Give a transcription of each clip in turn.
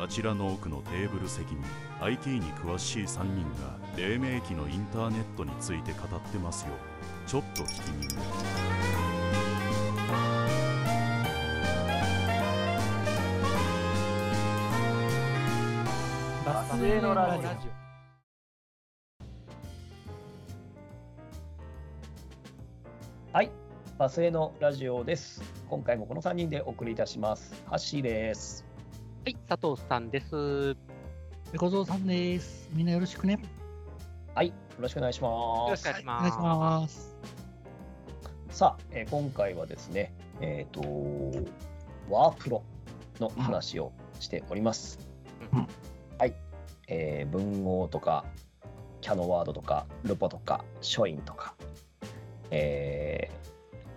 あちらの奥のテーブル席に IT に詳しい3人が黎明期のインターネットについて語ってますよちょっと聞きにバスへのラジオはい、バスへのラジオです。今回もこの3人でお送りいたします。ハッシーです。はい、佐藤さんです。よ小僧さんです。みんなよろしくね。はい、よろしくお願いしまろしすくお。願いしお願いしまます。さあ、えー今回はですね、えっ、と、ワープロの話をしております。うんはい、えー文豪とか、キャノワードとか、ルポとか、書院とか、えー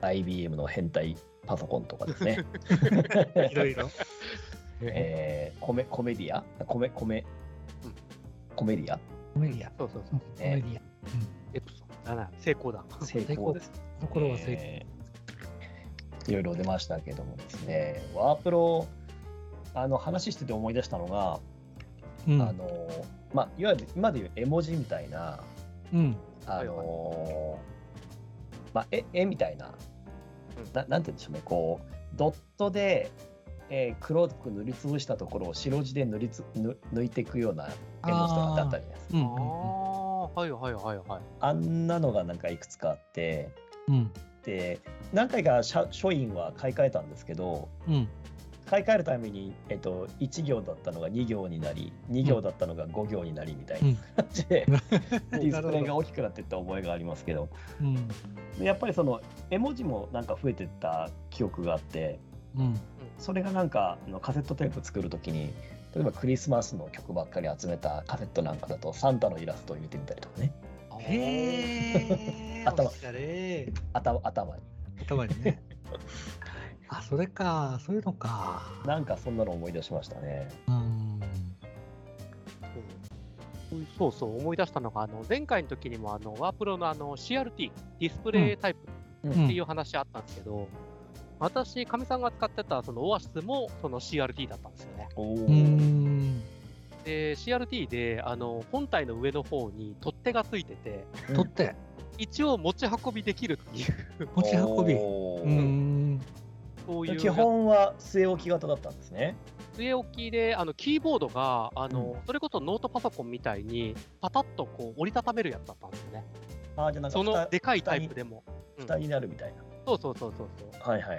IBM の変態パソコンとかですね。いろいろ。えーコメコメディアコメコメうんコメディアコメディア。そうそううそんう。コメディア。エプソン7、成功だ。成功です。ところは成えーいろいろ出ましたけどもですね、ワープロ、あの話してて思い出したのが、功。うんあのまあ、いわゆる今でいう絵文字みたいな、うん。あのまあ、絵絵みたいなうんな、なんて言うんでしょうね、こう、ドットで、えー黒く塗りつぶしたところを白地で塗りつぬ抜いていくような絵文字とかってあったじゃないですか。うあん。あ、はいはいはいはい。あんなのがなんかいくつかあって、うん。で、何回か社書院は買い替えたんですけど、うん。買い替えるために、えっと、1行だったのが2行になり、2行だったのが5行になりみたいな感じで、 ディスプレイが大きくなっていった覚えがありますけど、うん。でやっぱりその絵文字もなんか増えてった記憶があって、うん。それがなんかあのカセットテープ作るときに、例えばクリスマスの曲ばっかり集めたカセットなんかだと、サンタのイラストを入れてみたりとかね、へえ。頭おしゃれ。頭頭に。頭に ね。あ、それか。そういうのか。なんかそんなの思い出しましたね。うん。うんそうそう、思い出したのが、あの前回の時にもあのワープロのあの CRT、ディスプレイタイプうんっていう話あったんですけど、私、かみさんが使ってたそのオアシスもその CRT だったんですよね。おうーん。で、CRT であの本体の上の方に取っ手がついてて、取って。一応持ち運びできるっていう、持ち運び。おーうん。そういう基本は据え置き型だったんですね。据え置きであのキーボードがあの、それこそノートパソコンみたいにパタッとこう折りたためるやつだったんですよねああ、じゃあなんかその蓋でかいタイプでもうん蓋になるみたいな。そうそうそうそうそうはいはい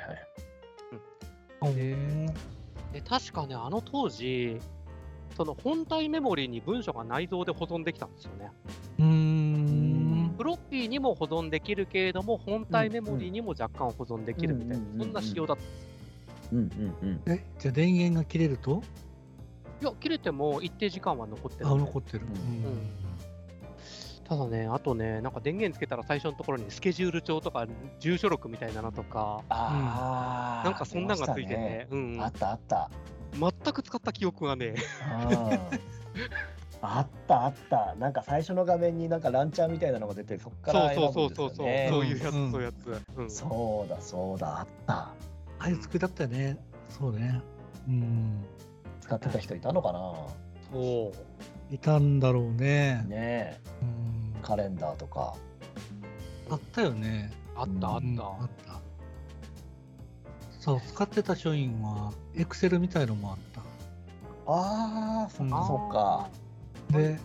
はい。うん。で確かねあの当時その本体メモリーに文書が内蔵で保存できたんですよねうん。フロッピーにも保存できるけれども本体メモリーにも若干保存できるみたいな、うんうんうんうんそんな仕様だったんですうんうんうん。え、じゃあ電源が切れると。いや切れても一定時間は残ってあ、るんで残ってる。んただねあとねなんか電源つけたら最初のところにスケジュール帳とか住所録みたいなのとかああ、なんかそんなんがついてね、うんう出んましたね。あったあった。全く使った記憶がね、あー あったあった。なんか最初の画面になんかランチャーみたいなのが出て、そこから選ぶそうんそでうすよそうそう、ね。そういうやつ、うんそういうやつ、うんそうだそうだ、あった。ああいう机だったよね。そうね。うん。使ってた人いたのかそういたんだろうね。なねえ、うんカレンダーとか。あったよね。あったあっうんあった。そう、使ってた書院は、エクセルみたいのもあっああ、そった、かあそっか。た。で、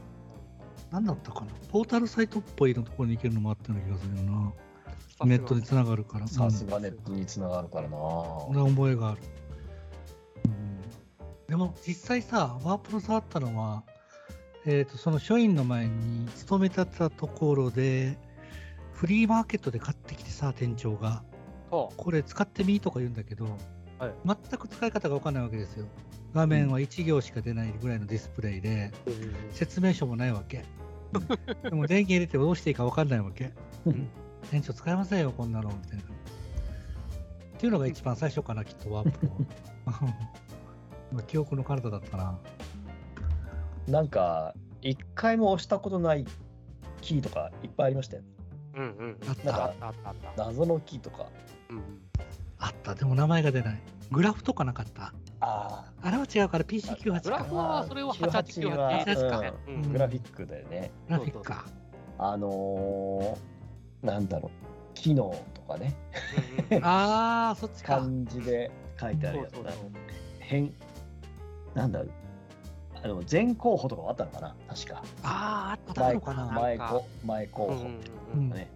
なんだったかな。ポータルサイトっぽいのところに行けるのもあったような気がするな。あネットにつながるから。さすが。がネットにつながるからな。そんな覚えがある。うんでも、実際さ、ワープロ触ったのは、えっ、と、その書院の前に勤めてたところで、フリーマーケットで買ってきてさ、店長が。そこれ使ってみとか言うんだけど、はい全く使い方が分かんないわけですよ。画面は1行しか出ないぐらいのディスプレイで、う、説明書もないわ け。でも電源入れてどうしていいか分かんないわけうん。店長使えませんよ、こんなのみたいな。っていうのが一番最初かな、きっとワープロ。 まあ記憶の彼方だったな。なんか一回も押したことないキーとかいっぱいありましたよ。うんうん、ああっったたあったあったあった、謎のキーとか。うん、あった、でも名前が出ない。グラフとかなかった。ああれは違うから PC98 グラかフはそれを8898ですかね。ううんグラフィックだよね。グラフィックかあのー、なんだろう、機能とかね、ああそっち漢か字で書いてあるやつそうだそうそう。変、なんだろう、あの前候補とかもあったのかな、確か。あああった前のかな前なんか候前候う補んうんうんううんんね。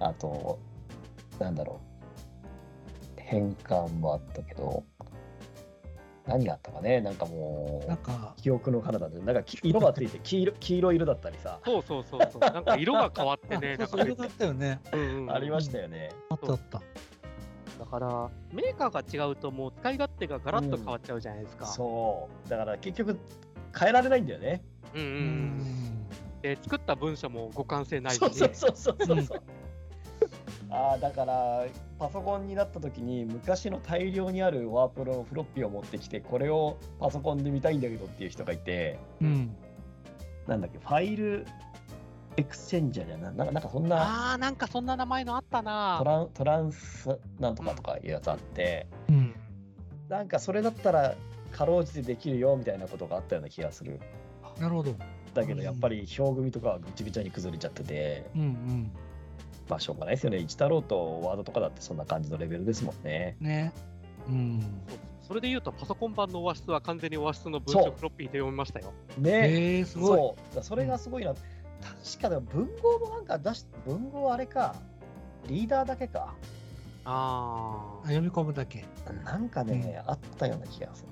あと、なんだろう、変換もあったけど、何があったかね、なんかもなんう、か記憶の彼方で、なんかき色が ついて、黄色黄色い色だったりさ、そうそうそうそう。なんか色が変わってあね、 そなうんそうか色があったよねうんうんうんありましたよね。あったあっただから、メーカーが違うと、もう使い勝手がガラッと変わっちゃうじゃないですか。そう、だから結局、変えられないんだよね。うんうんううんんで、作った文章も互換性ないしそうね、そうそうそうそうそう。ああだからパソコンになった時に昔の大量にあるワープロのフロッピーを持ってきてこれをパソコンで見たいんだけどっていう人がいてうんなんだっけファイルエクスチェンジャーじゃないなんかなんかそんなああ、なんかそんな名前のあったトな。ラントランスなんとかとかいうやつあってうんなんかそれだったらかろうじてできるよみたいなことがあったような気がするなるほどだけどやっぱり表組とかはぐちゃぐちゃに崩れちゃっててうんうんまあしょうがないですよね一太郎とワードとかだってそんな感じのレベルですもんねねうんそうそれで言うと、パソコン版のオアシスは完全にオアシスの文章そうフロッピーで読みましたよ。ねえー、すごいそうだからそれがすごいな、確かでも文豪もなんか出し文豪あれかリーダーだけかああ読み込むだけなんかね、あったような気がする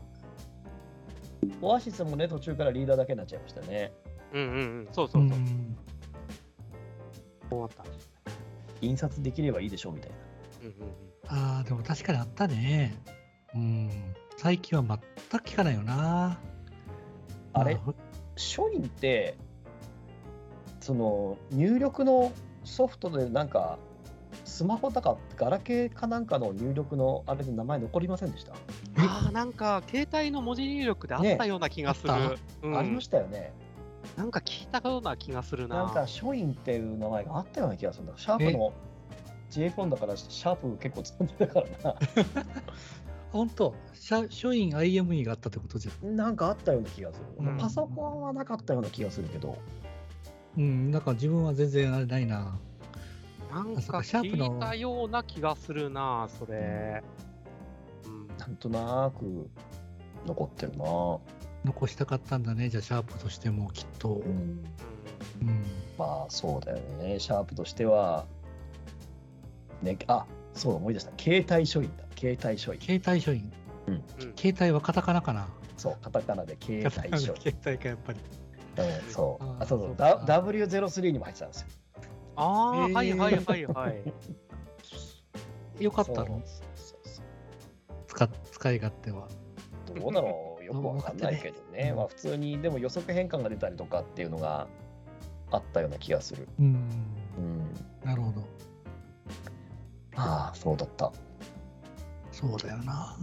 オアシスもね途中からリーダーだけになっちゃいましたねあ、うんうんうん、そうそうそう。んそうだったんですね印刷できればいいでしょうみたいなうんうんうんああでも確かにあったねうん最近は全く聞かないよなあれまほ書院ってその入力のソフトでなんかスマホとかガラケーかなんかの入力のあれで名前残りませんでした、ああ、なんか、携帯の文字入力であったような気がする。ねあっうんありましたよねなんか聞いたような気がするな。なんか書院っていう名前があったような気がするんだシャープの J フォンだからシャープ結構使ってた から本当社書院 IME があったってことじゃななんかあったような気がする、うんパソコンはなかったような気がするけどんうんなんか自分は全然あれないななんあそかっかシャープの聞いたような気がするな、それ。うん、なんとなく残ってるな、残したかったんだねじゃあシャープとしてもきっとうん、うんまあそうだよねシャープとしてはねあそう思い出した携帯書院だ携帯書院携帯書院うん携帯はカタカナかなそうカタカナで携カタカナ帯書院、 携帯かやっぱりうん、そうあーあそうそそううか W- W03 にも入ってたんですよああ、へーはいはいはいはい。よかったそうのそうそう使使い勝手はどうだろ う、よくわかんないけどね、うんまあ、普通にでも予測変換が出たりとかっていうのがあったような気がする。うんうん、なるほどああ、そうだった。そうだよな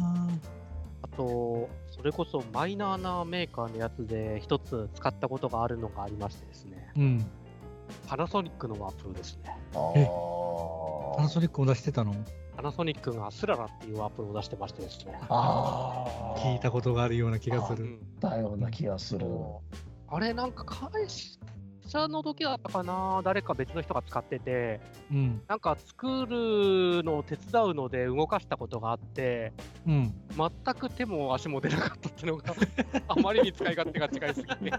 あと、それこそマイナーなメーカーのやつで一つ使ったことがあるのがありましてですね、うんパナソニックのワープロですね。あえあパナソニックも出してたのパナソニックがスララっていうワープロを出してましてですね。ああ、聞いたことがあるような気がすうるんとだような気がする。そうあれ、なんか会社の時だったかな、誰か別の人が使ってて、うんなんか作るのを手伝うので動かしたことがあって、うん全く手も足も出なかったっていう のが、あまりに使い勝手が違いすぎて。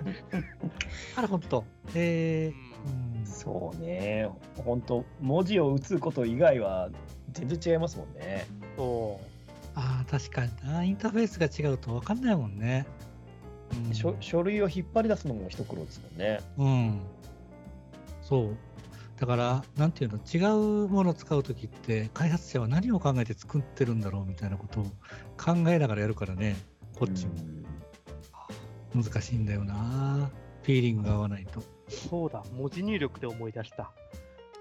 あらほんとえうんー、そうね、本当文字を打つこと以外は全然違いますもんね。そああ確かになインターフェースが違うと分かんないもんねうん書書類を引っ張り出すのも一苦労ですもんね。うんそうだからなんていうの違うものを使う時って開発者は何を考えて作ってるんだろうみたいなことを考えながらやるからねこっちもうん難しいんだよなフィーリングが合わないとうそうだ、文字入力で思い出した。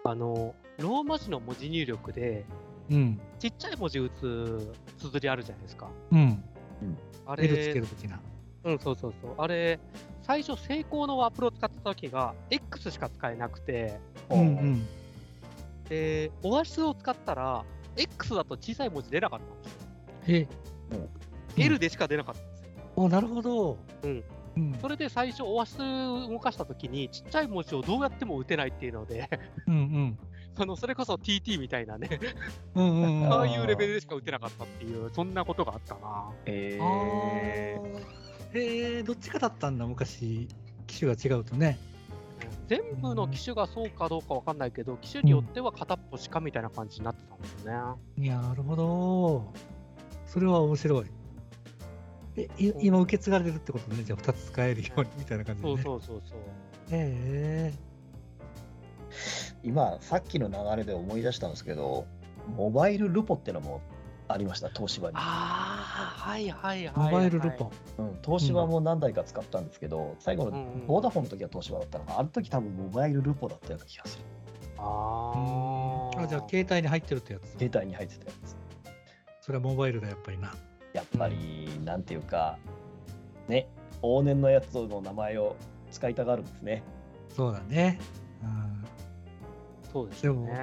あの、ローマ字の文字入力で、うんちっちゃい文字打つ綴りあるじゃないですか。うんあれ、 L つける的なうん、そうそうそう。あれ、最初、成功のワープロを使ってた時が、X しか使えなくて、うんうんで、オアシスを使ったら、X だと小さい文字出なかったんですよ。えうん L でしか出なかったんですよ。おなるほど。うんうん。それで最初、オアシス動かしたときに、ちっちゃい文字をどうやっても打てないっていうので、 うんあのそれこそ TT みたいなね、うん。うんうんうん。ああいうレベルでしか打てなかったっていう、そんなことがあったな。えあーえー、どっちかだったんだ、昔。機種が違うとね。全部の機種がそうかどうかわかんないけど、機種によっては片っぽしかみたいな感じになってたんですよね。いやなるほど。それは面白い。え、い今受け継がれてるってことね。じゃあ2つ使えるようにみたいな感じで、そね。うそうそうそう。え今さっきの流れで思い出したんですけどモバイルルポってのもありました東芝に、ああ、はいはいはい、ー、モバイルルポ。。うん、東芝も何台か使ったんですけど、最後うんのうんボーダフォンの時は東芝だったのかあの時多分モバイルルポだったような気がするああ。あ、じゃあ携帯に入ってるってやつ。携帯に入ってたやつそれはモバイルだ、やっぱりな。やっぱりなんていうかね往年のやつの名前を使いたがるんですねそうだね。うん、そうですよね。で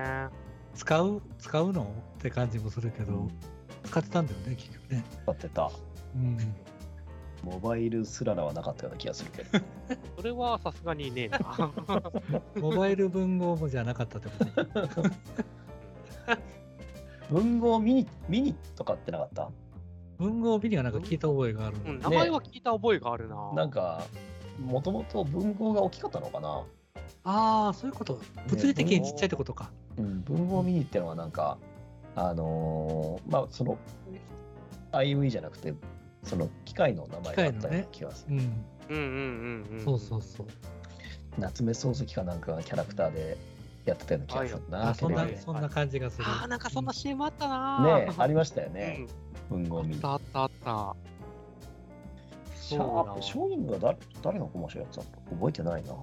使う使うのって感じもするけど、使ってたんだよね、結局ね。使ってたうん。 モバイルすららはなかったような気がするけ どそれはさすがにねえな。モバイル文豪もじゃなかったってこと文豪ミニミニとかってなかった文豪ビリがなんか聞いた覚えがあるうん、の。名前は聞いた覚えがあるな。なんかもともと文豪が大きかったのかなああ、そういうこと。物理的にちっちゃいってことか。うん、文豪ミニってのはなんか、あのーまあその IME じゃなくてその機械の名前があったような気がする、うん。うんうんうんうん。そうそうそう。夏目漱石かなんかがキャラクターでやってたような気がするな、はいあテそんレビなでねそんな感じがする。ああ、なんかそんな CM あったな。えありましたようねん、文豪ミあっニたあったあった。シそャうだーわプショーイングは誰誰のコマーシャルやってたのか覚えてないな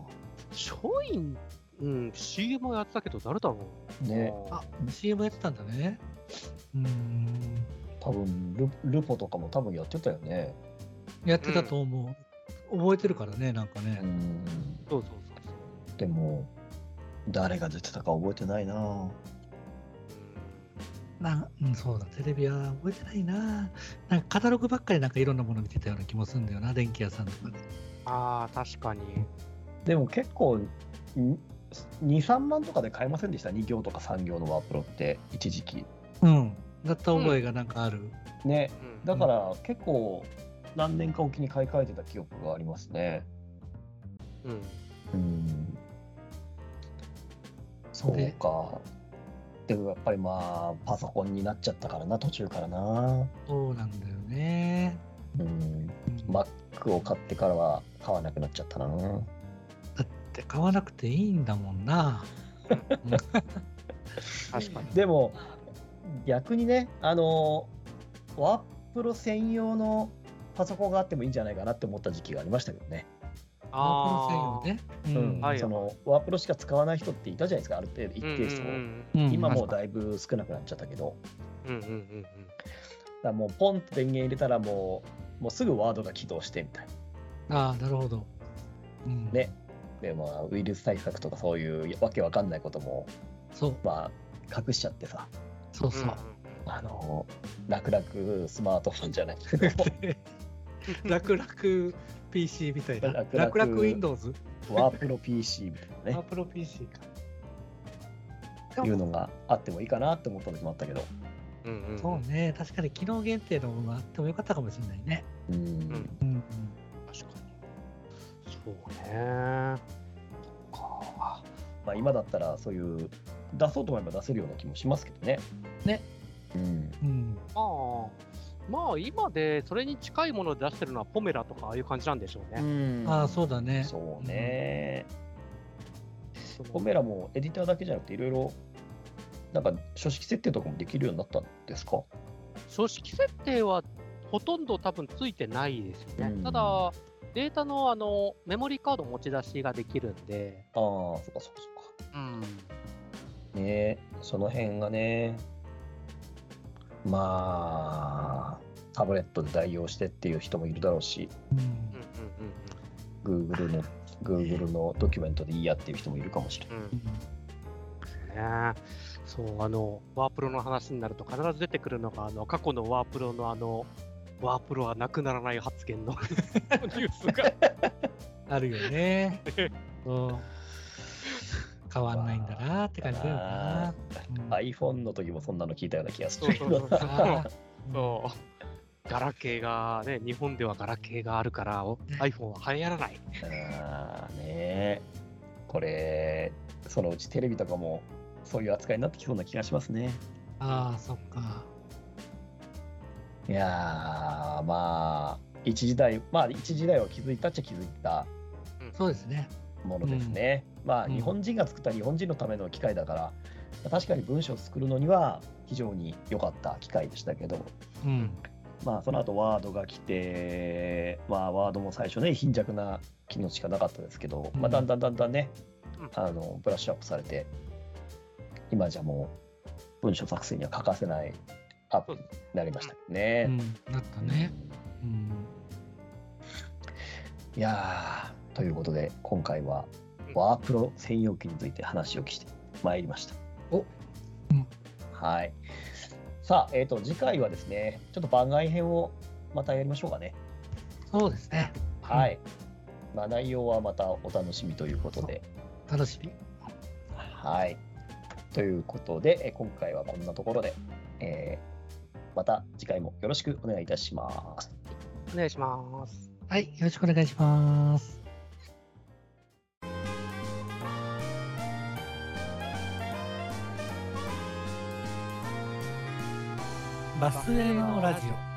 ショイン、うん、CM をやってたけど誰だろう。ねあ CM やってたんだね。うーん。多分ルルポとかも多分やってたよねやってたと思う。覚えてるからね、なんかねう。んそうそうそうそう。でも誰が出てたか覚えてないななうん、そうだ、テレビは覚えてないな。なんかカタログばっかりなんかいろんなもの見てたような気もするんだよな、電気屋さんとかで。ああ、確かに。でも結構23万とかで買えませんでした2行とか3行のワープロって一時期うん。だった覚えがなんかある。ねうんだから結構何年かおきに買い替えてた記憶がありますねうんうんそうかでもやっぱりまあパソコンになっちゃったからな途中からなそうなんだよね。うんうん、だ Mac を買ってからは買わなくなっちゃったなって買わなくていいんだもんな。確かに。でも逆にねあのワープロ専用のパソコンがあってもいいんじゃないかなって思った時期がありましたけどね、ワープロ専用ね。はいそのワープロしか使わない人っていたじゃないですかある程度一定数、うんうん今もう確かだいぶ少なくなっちゃったけどうんうんうんうんうんうん。だからもうポンって電源入れたらもうもうすぐワードが起動してみたいにああ、なるほど。うん、ねなで、まあ、ウイルス対策とかそういうわけわかんないこともそう、まあ隠しちゃってさそうそう。あの楽々スマートフォンじゃない けど楽々 PC みたいな。楽楽々々 Windows? ワープロ PC みたいなねワープロ PC か。いうのがあってもいいかなって思った時もあったけど、うんうんそうね、確かに機能限定のものあってもよかったかもしれないね。うんんうんうん、確かに。そうね。かまあ、今だったらそういう出そうと思えば出せるような気もしますけどね。ね。うん、うん、まあ、まあ今でそれに近いもので出してるのはポメラとかああいう感じなんでしょうね。ああ、そうだね。そうね。ポメラもエディターだけじゃなくていろいろなんか書式設定とかもできるようになったんですか書式設定はほとんど多分ついてないですよね。うんただ、データのあのメモリーカード持ち出しができるんで、ああ、そっかそっかそっうん、か。ねその辺がね。まあ、タブレットで代用してっていう人もいるだろうし、うんうん Google の Google のドキュメントでいいやっていう人もいるかもしれない。うんうんうん。ね、そうあのワープロの話になると必ず出てくるのがあの過去のワープロのあのワープロはなくならない発言のニュースが。あるよね。うん変わんないんだなって感じだよな。うん、 iPhone の時もそんなの聞いたような気がすそうるそうそうそうあ。そう。ガラケーがね、日本ではガラケーがあるから、お iPhone は流行らない。あーねえこれそのうちテレビとかもそういう扱いになってきそうな気がしますねあー、そっか。いやーまあ一時代まあ一時代を築いたっちゃ築いたそうですね。ものですね、まあうん日本人が作った日本人のための機械だから、まあ確かに文章を作るのには非常に良かった機械でしたけどうん。まあその後ワードが来て、まあ、ワードも最初ね貧弱な機能しかなかったですけど、うんまあ、だんだんだんだんねうんあのブラッシュアップされて今じゃもう文章作成には欠かせないアプリになりましたうね。ん、なったね。うん。いやーということで今回はワープロ専用機について話を聞いてまいりました。おはいさあ、えー、と次回はですねちょっと番外編をまたやりましょうかね。そうですね。はい、まあ、内容はまたお楽しみということで。楽しみ。はい。ということで、え今回はこんなところで、えーまた次回もよろしくお願いいたします。お願いします。はい、よろしくお願いします。バスへのラジオ。